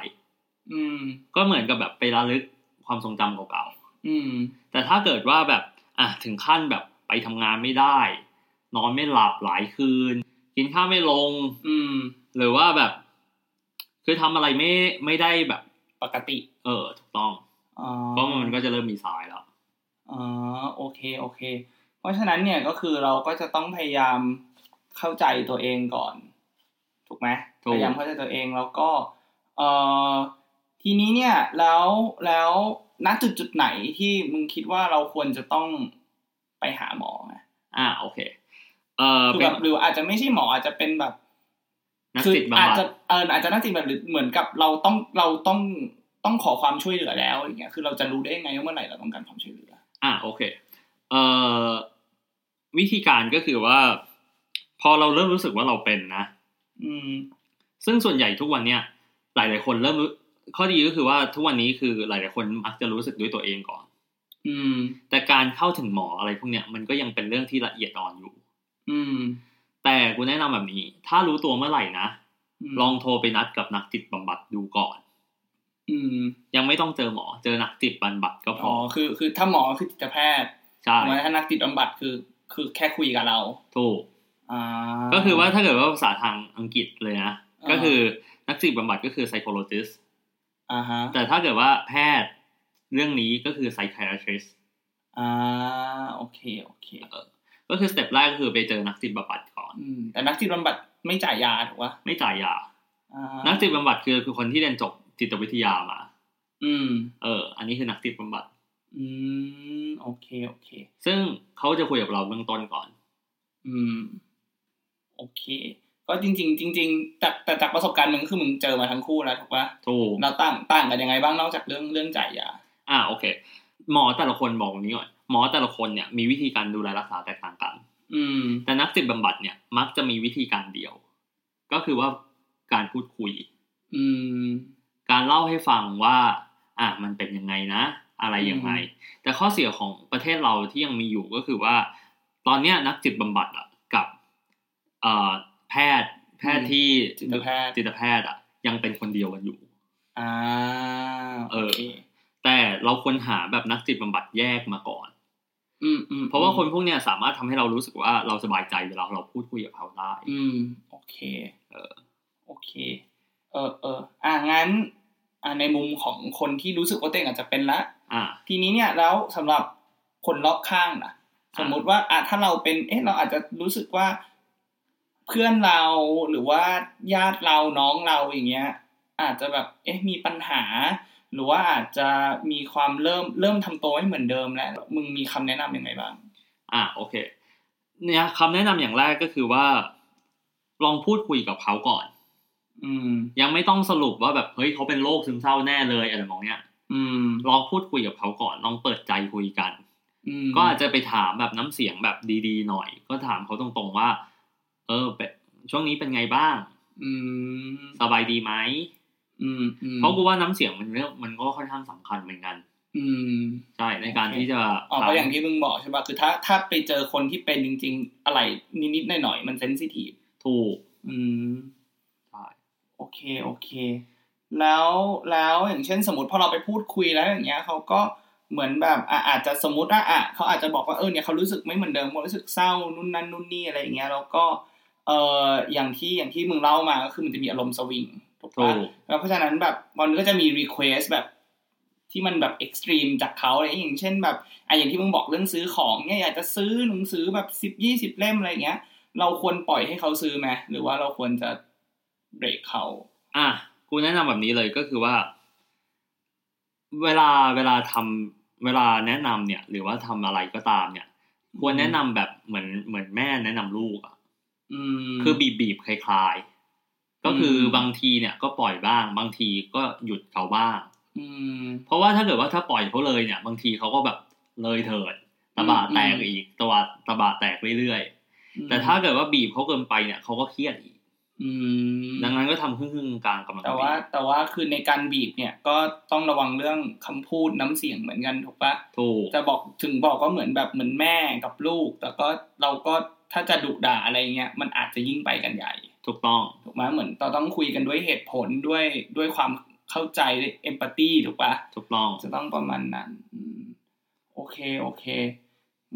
Speaker 2: อืม
Speaker 1: ก็เหมือนกับแบบไประลึกความทรงจำเก่า
Speaker 2: อืม
Speaker 1: ๆแต่ถ้าเกิดว่าแบบอ่ะถึงขั้นแบบไปทำงานไม่ได้ นอนไม่หลับหลายคืน กินข้าวไม่ลง
Speaker 2: อืม
Speaker 1: หรือว่าแบบ คือทำอะไรไม่ไม่ได้แบบ
Speaker 2: ปกติ
Speaker 1: เออถูกต้อง
Speaker 2: อ๋อ
Speaker 1: ก็มันก็จะเริ่มมีสายแล้ว
Speaker 2: อ๋อโอเคโอเค เพราะฉะนั้นเนี่ยก็คือเราก็จะต้องพยายามเข้าใจตัวเองก่อน ถูกไหม
Speaker 1: ถูก
Speaker 2: พยายามเข้าใจตัวเองแล้วก็เอ่อทีนี้เนี่ยแล้วแล้วณจุดจุดๆไหนที่มึงคิดว่าเราควรจะต้องไปหาหมอไหม
Speaker 1: อ่าโอเค เอ่อ
Speaker 2: คือ
Speaker 1: เป็
Speaker 2: แบ
Speaker 1: น
Speaker 2: บหรืออาจจะไม่ใช่หมออาจจะเป็นแบบ
Speaker 1: นัก
Speaker 2: คือ
Speaker 1: จิตบำ
Speaker 2: อาจ
Speaker 1: บัด
Speaker 2: จะเอออาจจะนักจิตแบบหรือเหมือนกับเราต้องเราต้องต้องขอความช่วยเหลือแล้วอย่างเงี้ยคือเราจะรู้ได้ยังไงว่าเมื่อไหร่เราต้องการความช่วยเหลือ
Speaker 1: อ่ะโอเค เอ่อวิธีการก็คือว่า พอเราเริ่มรู้สึกว่าเราเป็นนะ
Speaker 2: อืม
Speaker 1: ซึ่งส่วนใหญ่ทุกวันเนี้ยหลาย ๆ คนเริ่มรู้ข้อดีก็คือว่าทุกวันนี้คือหลาย ๆ คนมักจะรู้สึกด้วยตัวเองก่อน
Speaker 2: อืม
Speaker 1: แต่การเข้าถึงหมออะไรพวกเนี้ยมันก็ยังเป็นเรื่องที่ละเอียดอ่อนอยู่
Speaker 2: อืม
Speaker 1: แต่กูแนะนำแบบนี้ ถ้ารู้ตัวเมื่อไหร่นะ
Speaker 2: ม
Speaker 1: ลองโทรไปนัดกับนักจิตบำบัดดูก่อน
Speaker 2: อืม
Speaker 1: ยังไม่ต้องเจอหมอ เจอนักจิตบำบัดก็พ
Speaker 2: อ๋
Speaker 1: อ
Speaker 2: อ
Speaker 1: อ
Speaker 2: คือคือถ้าหมอคือจิตแพทย์
Speaker 1: ใช่
Speaker 2: ถูกไหมถ้านักจิตบำบัดคือคือแค่คุยกับเรา
Speaker 1: ถูก
Speaker 2: อ่า
Speaker 1: ก็คือว่าถ้าเกิดว่าภาษาทางอังกฤษเลยนะ
Speaker 2: อ่า
Speaker 1: ก็คือนักจิตบำบัดก็คือ psychologist
Speaker 2: อ่าฮะ
Speaker 1: แต่ถ้าเกิดว่าแพทย์เรื่องนี้ก็คือ psychiatrist
Speaker 2: อ่าโอเคโอเค
Speaker 1: ก็คือสเต็ปแรกก็คือไปเจอนักจิตบำบัดก่อน
Speaker 2: อืม แต่นักจิตบำบัดไม่จ่ายยาถูกปะ
Speaker 1: ไม่จ่ายยา
Speaker 2: อ่า
Speaker 1: นักจิตบำบัดคือคือคนที่เรียนจบจิตวิทยามา
Speaker 2: อืม
Speaker 1: เออ อันนี้คือนักจิตบำบัด
Speaker 2: อืมโอเคโอเค
Speaker 1: ซึ่งเขาจะคุยกับเราเบื้องต้นก่อน
Speaker 2: อืม โอเค ก็จริง ๆ จริง ๆ แต่แต่จากประสบการณ์มึงคือมึงเจอมาทั้งคู่แล้วถูกปะ
Speaker 1: ถูก
Speaker 2: เราต่างต่างกันยังไงบ้างนอกจากเรื่องเรื่องจ่ายยา
Speaker 1: อ่าโอเค หมอแต่ละคนบอกแบบนี้ก่อน หมอแต่ละคนเนี่ยมีวิธีการดูแลรักษาแตกต่างกัน
Speaker 2: อืม
Speaker 1: แต่นักจิตบำบัดเนี่ยมักจะมีวิธีการเดียว ก็คือว่าการพูดคุย
Speaker 2: อืม
Speaker 1: การเล่าให้ฟังว่า อ่ะมันเป็นยังไงนะ อะไรยังไง แต่ข้อเสียของประเทศเราที่ยังมีอยู่ก็คือว่า ตอนเนี้ยนักจิตบำบัดอะกับเอ่อแพทย์ แพทย์ที่
Speaker 2: จิตแพทย์
Speaker 1: จิตแพทย์อะยังเป็นคนเดียวกันอยู่
Speaker 2: อ่าโอเค
Speaker 1: แต่เราควรหาแบบนักจิตบำบัดแยกมาก่อน
Speaker 2: อืมอืม
Speaker 1: เพราะว่าคนพวกเนี้ยสามารถทำให้เรารู้สึกว่าเราสบายใจเวลาเราพูดคุยกับเขาได้
Speaker 2: อืม โอเค
Speaker 1: เออ
Speaker 2: โอเค เออเอออ่ะงั้น อ่ะในมุมของคนที่รู้สึกว่าตัวเองอาจจะเป็นละ
Speaker 1: อ่ะ
Speaker 2: ทีนี้เนี่ยแล้วสำหรับคนรอบข้างนะ
Speaker 1: อ่า
Speaker 2: สมมุติว่าอ่ะถ้าเราเป็น เอ๊ะเราอาจจะรู้สึกว่า เพื่อนเราหรือว่าญาติเราน้องเราอย่างเงี้ย อาจจะแบบ เอ๊ะมีปัญหา หรือว่าอาจจะมีความเริ่มเริ่มทำตัวไม่เหมือนเดิมแล้ว มึงมีคำแนะนำยังไงบ้าง
Speaker 1: อ่ะโอเค เนี่ยคำแนะนำอย่างแรกก็คือว่า ลองพูดคุยกับเขาก่อน
Speaker 2: อืม
Speaker 1: ยังไม่ต้องสรุปว่าแบบเฮ้ยเขาเป็นโรคซึมเศร้าแน่เลยอะไรมองเนี้ย
Speaker 2: อืม
Speaker 1: ลองพูดคุยกับเขาก่อน ลองเปิดใจคุยกัน
Speaker 2: อืม
Speaker 1: ก็อาจจะไปถามแบบน้ำเสียงแบบดีๆหน่อย ก็ถามเขาตรงๆว่า เออเป็นช่วงนี้เป็นไงบ้าง
Speaker 2: อืม
Speaker 1: สบายดีไหม
Speaker 2: อืมอืม
Speaker 1: เพราะกูว่าน้ำเสียงมันเรื่องมันก็ค่อนข้างสำคัญเหมือนกัน
Speaker 2: อืม
Speaker 1: ใช่ในการ
Speaker 2: โอเค
Speaker 1: ที่จะ
Speaker 2: อ๋อก็อย่างที่มึงบอกใช่ป่ะ คือถ้าถ้าไปเจอคนที่เป็นจริง ๆ อะไรนิดๆหน่อยๆมันเซนซิทีฟ
Speaker 1: ถูก
Speaker 2: อืม
Speaker 1: ใช่
Speaker 2: โอเค โอเค แล้วแล้วอย่างเช่นสมมติพอเราไปพูดคุยแล้วอย่างเงี้ยเขาก็เหมือนแบบอ่ะอาจจะสมมติว่าอ่ะเขาอาจจะบอกว่าเออเนี่ยเขารู้สึกไม่เหมือนเดิมเขารู้สึกเศร้านู่นนั่นนู่นนี่อะไรอย่างเงี้ยแล้วก็เอออย่างที่อย่างที่มึงเล่ามาก็คือมันจะมีอารมณ์สวิงถูก
Speaker 1: ถู
Speaker 2: ปะ
Speaker 1: ก
Speaker 2: แล้วเพราะฉะนั้นแบบมันก็จะมีรีเควสแบบที่มันแบบเอ็กซ์ตรีมจากเขาอะไรอย่างเงี้ยอย่างเช่นแบบอ่ะอย่างที่มึงบอกเรื่องซื้อของเนี่ยอยากจะซื้อหนังสือแบบสิบยี่สิบเล่มอะไรอย่างเงี้ย เราควรปล่อยให้เขาซื้อไหมหรือว่าเราควรจะเบรกเขา
Speaker 1: อ่ะกูแนะนำแบบนี้เลยก็คือว่า เวลาเวลาทำเวลาแนะนำเนี่ย หรือว่าทำอะไรก็ตามเนี่ย ควรแนะนำแบบเหมือนเหมือนแม่แนะนำลูกอะ
Speaker 2: อืม
Speaker 1: คือบีบบีบคลายๆ ก็คืออ
Speaker 2: ม
Speaker 1: บางทีเนี่ยก็ปล่อยบ้าง บางทีก็หยุดเขาบ้าง
Speaker 2: อืม
Speaker 1: เพราะว่าถ้าเกิดว่าถ้าปล่อยเขาเลยเนี่ย บางทีเขาก็แบบเลยเถิดตะบะแตก
Speaker 2: อืม
Speaker 1: อีกตะบะตะบะแตกเรื่อยๆ แต่ถ้าเกิดว่าบีบเขาเกินไปเนี่ยเขาก็เครียดอีก
Speaker 2: อืม
Speaker 1: ดังนั้นก็ทำครึ่งๆกลางๆกำลัง
Speaker 2: แต่
Speaker 1: ดี
Speaker 2: ว่าแต่ว่าคือในการบีบเนี่ยก็ต้องระวังเรื่องคำพูดน้ำเสียงเหมือนกันถูกปะ
Speaker 1: ถูก
Speaker 2: จะบอกถึงบอกก็เหมือนแบบเหมือนแม่กับลูก แต่ก็เราก็ถ้าจะดุด่าอะไรเงี้ยมันอาจจะยิ่งไปกันใหญ่
Speaker 1: ถูกต้อง
Speaker 2: ถูกไหมเหมือนเราต้องคุยกันด้วยเหตุผลด้วยด้วยความเข้าใจเอมพัตตีถูกปะ
Speaker 1: ถูกต้อง
Speaker 2: จะต้องประมาณนั้นอืมโอเคโอเค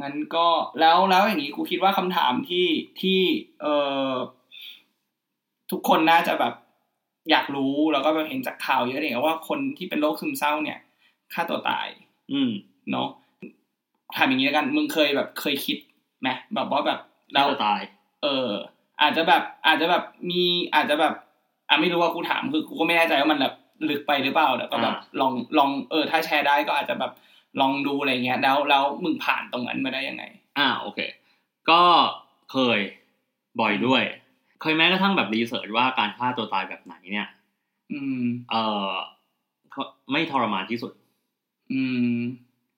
Speaker 2: งั้นก็แล้วแล้วอย่างนี้กูคิดว่าคำถามที่ที่เออทุกคนน่าจะแบบอยากรู้แล้วก็แบบเห็นจากข่าวเยอะเลยว่าคนที่เป็นโรคซึมเศร้าเนี่ย ฆ่าตัวตาย
Speaker 1: อืม
Speaker 2: เนาะถามอย่างนี้แล้วกัน มึงเคยแบบเคยคิดไหมแบบว่าแบบเรา
Speaker 1: ฆ่าตัวตาย
Speaker 2: เออ อาจจะแบบอาจจะแบบมีอาจจะแบบอ่ะไม่รู้ว่ากูถามคือกูก็ไม่แน่ใจว่ามันแบบลึกไปหรือเปล่าแต่ก็แบบ
Speaker 1: อ่า
Speaker 2: ลองลองเออ ถ้าแชร์ได้ก็อาจจะแบบลองดูอะไรเงี้ย แล้วแล้วมึงผ่านตรงนั้นมาได้ยังไง
Speaker 1: อ่าโอเค ก็เคยบ่อยด้วย เคยแม้กระทั่งแบบรีเสิร์ชว่าการฆ่าตัวตายแบบไหนเนี่ย
Speaker 2: อืม
Speaker 1: เออเขาไม่ทรมานที่สุด
Speaker 2: อืม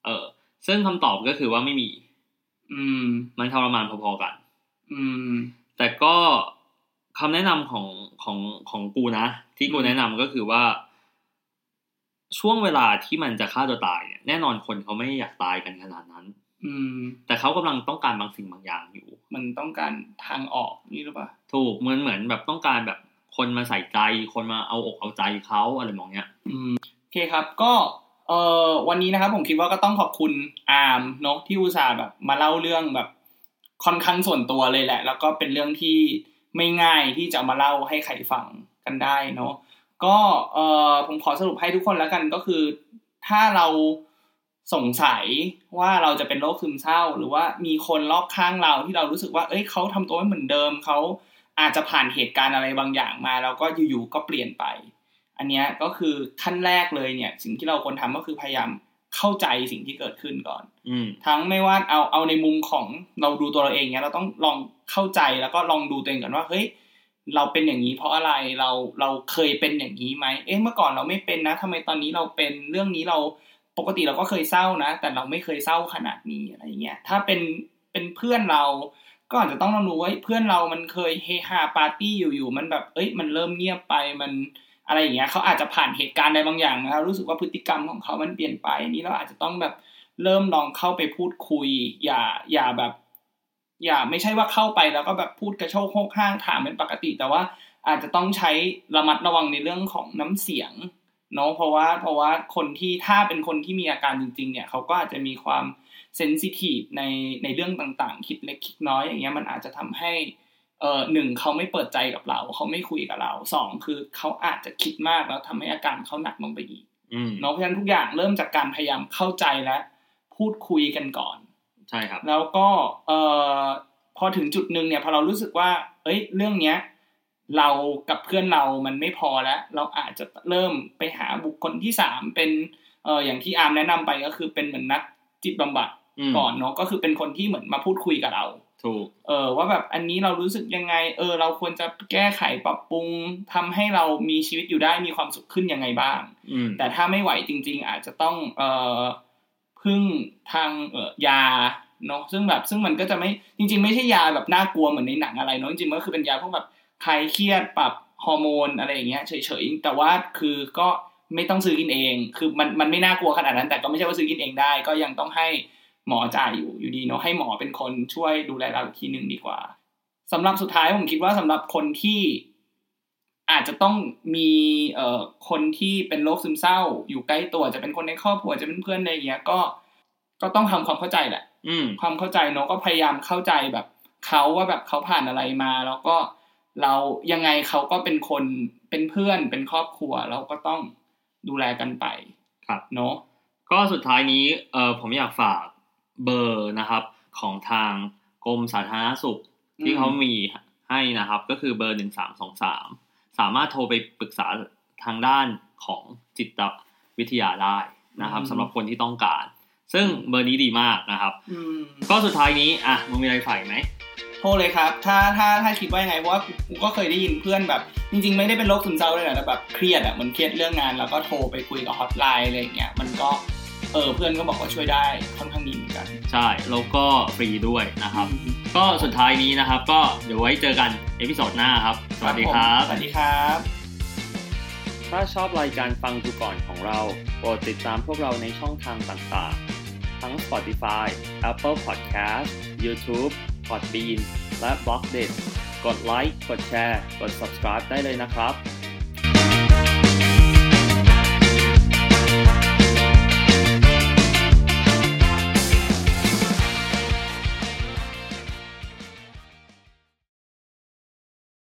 Speaker 1: เออ ซึ่งคำตอบก็คือว่าไม่มี
Speaker 2: อืม
Speaker 1: มันทรมานพอๆกัน
Speaker 2: อืม
Speaker 1: แต่ก็คำแนะนำของของของกูนะ ที่กู
Speaker 2: อืม
Speaker 1: แนะนำก็คือว่า ช่วงเวลาที่มันจะฆ่าตัวตายเนี่ยแน่นอนคนเขาไม่อยากตายกันขนาดนั้น
Speaker 2: อืม
Speaker 1: แต่เขากำลังต้องการบางสิ่งบางอย่างอยู่
Speaker 2: มันต้องการทางออกนี่หรือเปล่า
Speaker 1: ถูกเหมือนเหมือนแบบต้องการแบบคนมาใส่ใจ คนมาเอาอกเอาใจเขาอะไรมองเนี้ย
Speaker 2: โอเคครับ ก็เอ่อวันนี้นะครับ ผมคิดว่าก็ต้องขอบคุณอาร์มเนาะที่อุตส่าห์แบบมาเล่าเรื่องแบบค่อนข้างส่วนตัวเลยแหละ แล้วก็เป็นเรื่องที่ไม่ง่ายที่จะเอามาเล่าให้ใครฟังกันได้เนาะก็เอ่อผมขอสรุปให้ทุกคนแล้วกันก็คือ ถ้าเราสงสัยว่าเราจะเป็นโรคซึมเศร้า หรือว่ามีคนรอบข้างเราที่เรารู้สึกว่า เอ้ยเขาทำตัวไม่เหมือนเดิมเขาอาจจะผ่านเหตุการณ์อะไรบางอย่างมา แล้วก็อยู่ๆก็เปลี่ยนไป อันเนี้ยก็คือขั้นแรกเลยเนี่ย สิ่งที่เราควรทำก็คือพยายามเข้าใจสิ่งที่เกิดขึ้นก่อน
Speaker 1: อืม
Speaker 2: ทั้งไม่ว่าเอาเอาในมุมของเราดูตัวเราเองเนี่ยเราต้องลองเข้าใจแล้วก็ลองดูตัวเองก่อนว่าเฮ้ยเราเป็นอย่างนี้เพราะอะไรเราเราเคยเป็นอย่างนี้ไหมเอ๊ะเมื่อก่อนเราไม่เป็นนะทำไมตอนนี้เราเป็นเรื่องนี้เราปกติเราก็เคยเศร้านะ แต่เราไม่เคยเศร้าขนาดนี้อะไรอย่างเงี้ยถ้าเป็นเป็นเพื่อนเรา ก็อาจจะต้องลองดูว่าเพื่อนเรามันเคยเฮฮาปาร์ตี้อยู่ๆมันแบบเอ้ยมันเริ่มเงียบไปมัน อะไรอย่างเงี้ยเขาอาจจะผ่านเหตุการณ์อะไรบางอย่างนะครับรู้สึกว่าพฤติกรรมของเขามันเปลี่ยนไปอันนี้เราอาจจะต้องแบบเริ่มลองเข้าไปพูดคุย อย่าอย่าแบบ อย่าไม่ใช่ว่าเข้าไปแล้วก็แบบพูดกระโชกโฮกห้างถามเป็นปกติ แต่ว่าอาจจะต้องใช้ระมัดระวังในเรื่องของน้ำเสียงเนาะเพราะว่าเพราะว่าคนที่ถ้าเป็นคนที่มีอาการจริง ๆ เนี่ยเขาก็อาจจะมีความเซนซิทีฟในในเรื่องต่างๆ คิดเล็กคิดน้อยอย่างเงี้ยมันอาจจะทำให้ เออหนึ่งเขาไม่เปิดใจกับเรา เขาไม่คุยกับเราสองคือเขาอาจจะคิดมากแล้วทำให้อาการเขาหนักลงไปอีก
Speaker 1: อืม
Speaker 2: เนาะเพราะฉะนั้นทุกอย่างเริ่มจากการพยายามเข้าใจและพูดคุยกันก่อน
Speaker 1: ใช่ครับ
Speaker 2: แล้วก็เอ่อพอถึงจุดหนึ่งเนี่ยพอเรารู้สึกว่า เอ้ยเรื่องเนี้ยเรากับเพื่อนเรามันไม่พอแล้ว เราอาจจะเริ่มไปหาบุคคลที่สามเป็นเอ่ออย่างที่อาร์มแนะนำไปก็คือเป็นเหมือนนักจิตบำบัด
Speaker 1: อืม
Speaker 2: ก่อนเนาะก็คือเป็นคนที่เหมือนมาพูดคุยกับเรา
Speaker 1: ถูก
Speaker 2: เออว่าแบบอันนี้เรารู้สึกยังไง เออ เราควรจะแก้ไขปรับปรุงทำให้เรามีชีวิตอยู่ได้มีความสุขขึ้นยังไงบ้าง
Speaker 1: อืม
Speaker 2: แต่ถ้าไม่ไหวจริง ๆ อาจจะต้องเออพึ่งทางเออยาเนาะซึ่งแบบซึ่งมันก็จะไม่จริง ๆ ไม่ใช่ยาแบบน่ากลัวเหมือนในหนังอะไรเนาะจริงๆมันก็คือเป็นยาพวกแบบคลายเครียดปรับฮอร์โมนอะไรอย่างเงี้ยเฉยๆแต่ว่าคือก็ไม่ต้องซื้อกินเอง คือมันมันไม่น่ากลัวขนาดนั้น แต่ก็ไม่ใช่ว่าซื้อกินเองได้ ก็ยังต้องให้หมอจ่ายอยู่อยู่ดีเนาะให้หมอเป็นคนช่วยดูแลเราอีกทีหนึ่งดีกว่า สำหรับสุดท้ายผมคิดว่าสำหรับคนที่อาจจะต้องมีเอ่อคนที่เป็นโรคซึมเศร้า อยู่ใกล้ตัวจะเป็นคนในครอบครัวจะเป็นเพื่อนอะไรอย่างเงี้ยก็ก็ต้องทำความเข้าใจแหละ
Speaker 1: อืม
Speaker 2: ความเข้าใจเนอะก็พยายามเข้าใจแบบเขาว่าแบบเขาผ่านอะไรมา แล้วก็เรายังไงเขาก็เป็นคนเป็นเพื่อนเป็นครอบครัว เราก็ต้องดูแลกันไป
Speaker 1: ครับ
Speaker 2: เนาะ
Speaker 1: ก็สุดท้ายนี้เออผมอยากฝากเบอร์นะครับของทางกรมสาธารณสุขที่เขามีให้นะครับ ก็คือเบอร์หนึ่งสามสองสามสามารถโทรไปปรึกษาทางด้านของจิตวิทยาได้นะครับสำหรับคนที่ต้องการ ซึ่งเบอร์นี้ดีมากนะครับ
Speaker 2: อืม
Speaker 1: ก็สุดท้ายนี้อ่ะมึงมีอะไรฝ่ายไหม
Speaker 2: โทษเลยครับ ถ้าถ้าถ้าคิดว่ายังไง เพราะว่ากูก็เคยได้ยินเพื่อนแบบ จริง ๆ ไม่ได้เป็นโรคซึมเศร้าเลยนะแต่แบบเครียดอ่ะเหมันเครียดเรื่องงาน แล้วก็โทรไปคุยกับฮอตไลน์อะไรอย่างเงี้ย มันก็เออเพื่อนก็บอกว่าช่วยได้ค่อนข้างดีเหมือนกัน
Speaker 1: ใช่ แล้วก็ฟรีด้วยนะครับ ก็สุดท้ายนี้นะครับ ก็เดี๋ยวไว้เจอกันเอพิโซดหน้าครับ สวัสดีครับ
Speaker 2: ผมสวัสดีครับ
Speaker 1: ถ้าชอบรายการฟังกูก่อนของเรา โปรดติดตามพวกเราในช่องทางต่างๆ ทั้ง Spotify, Apple Podcast, YouTube, Podbean และ b l o g d i t กดไลค์ กดแชร์ กด subscribe ได้เลยนะครับ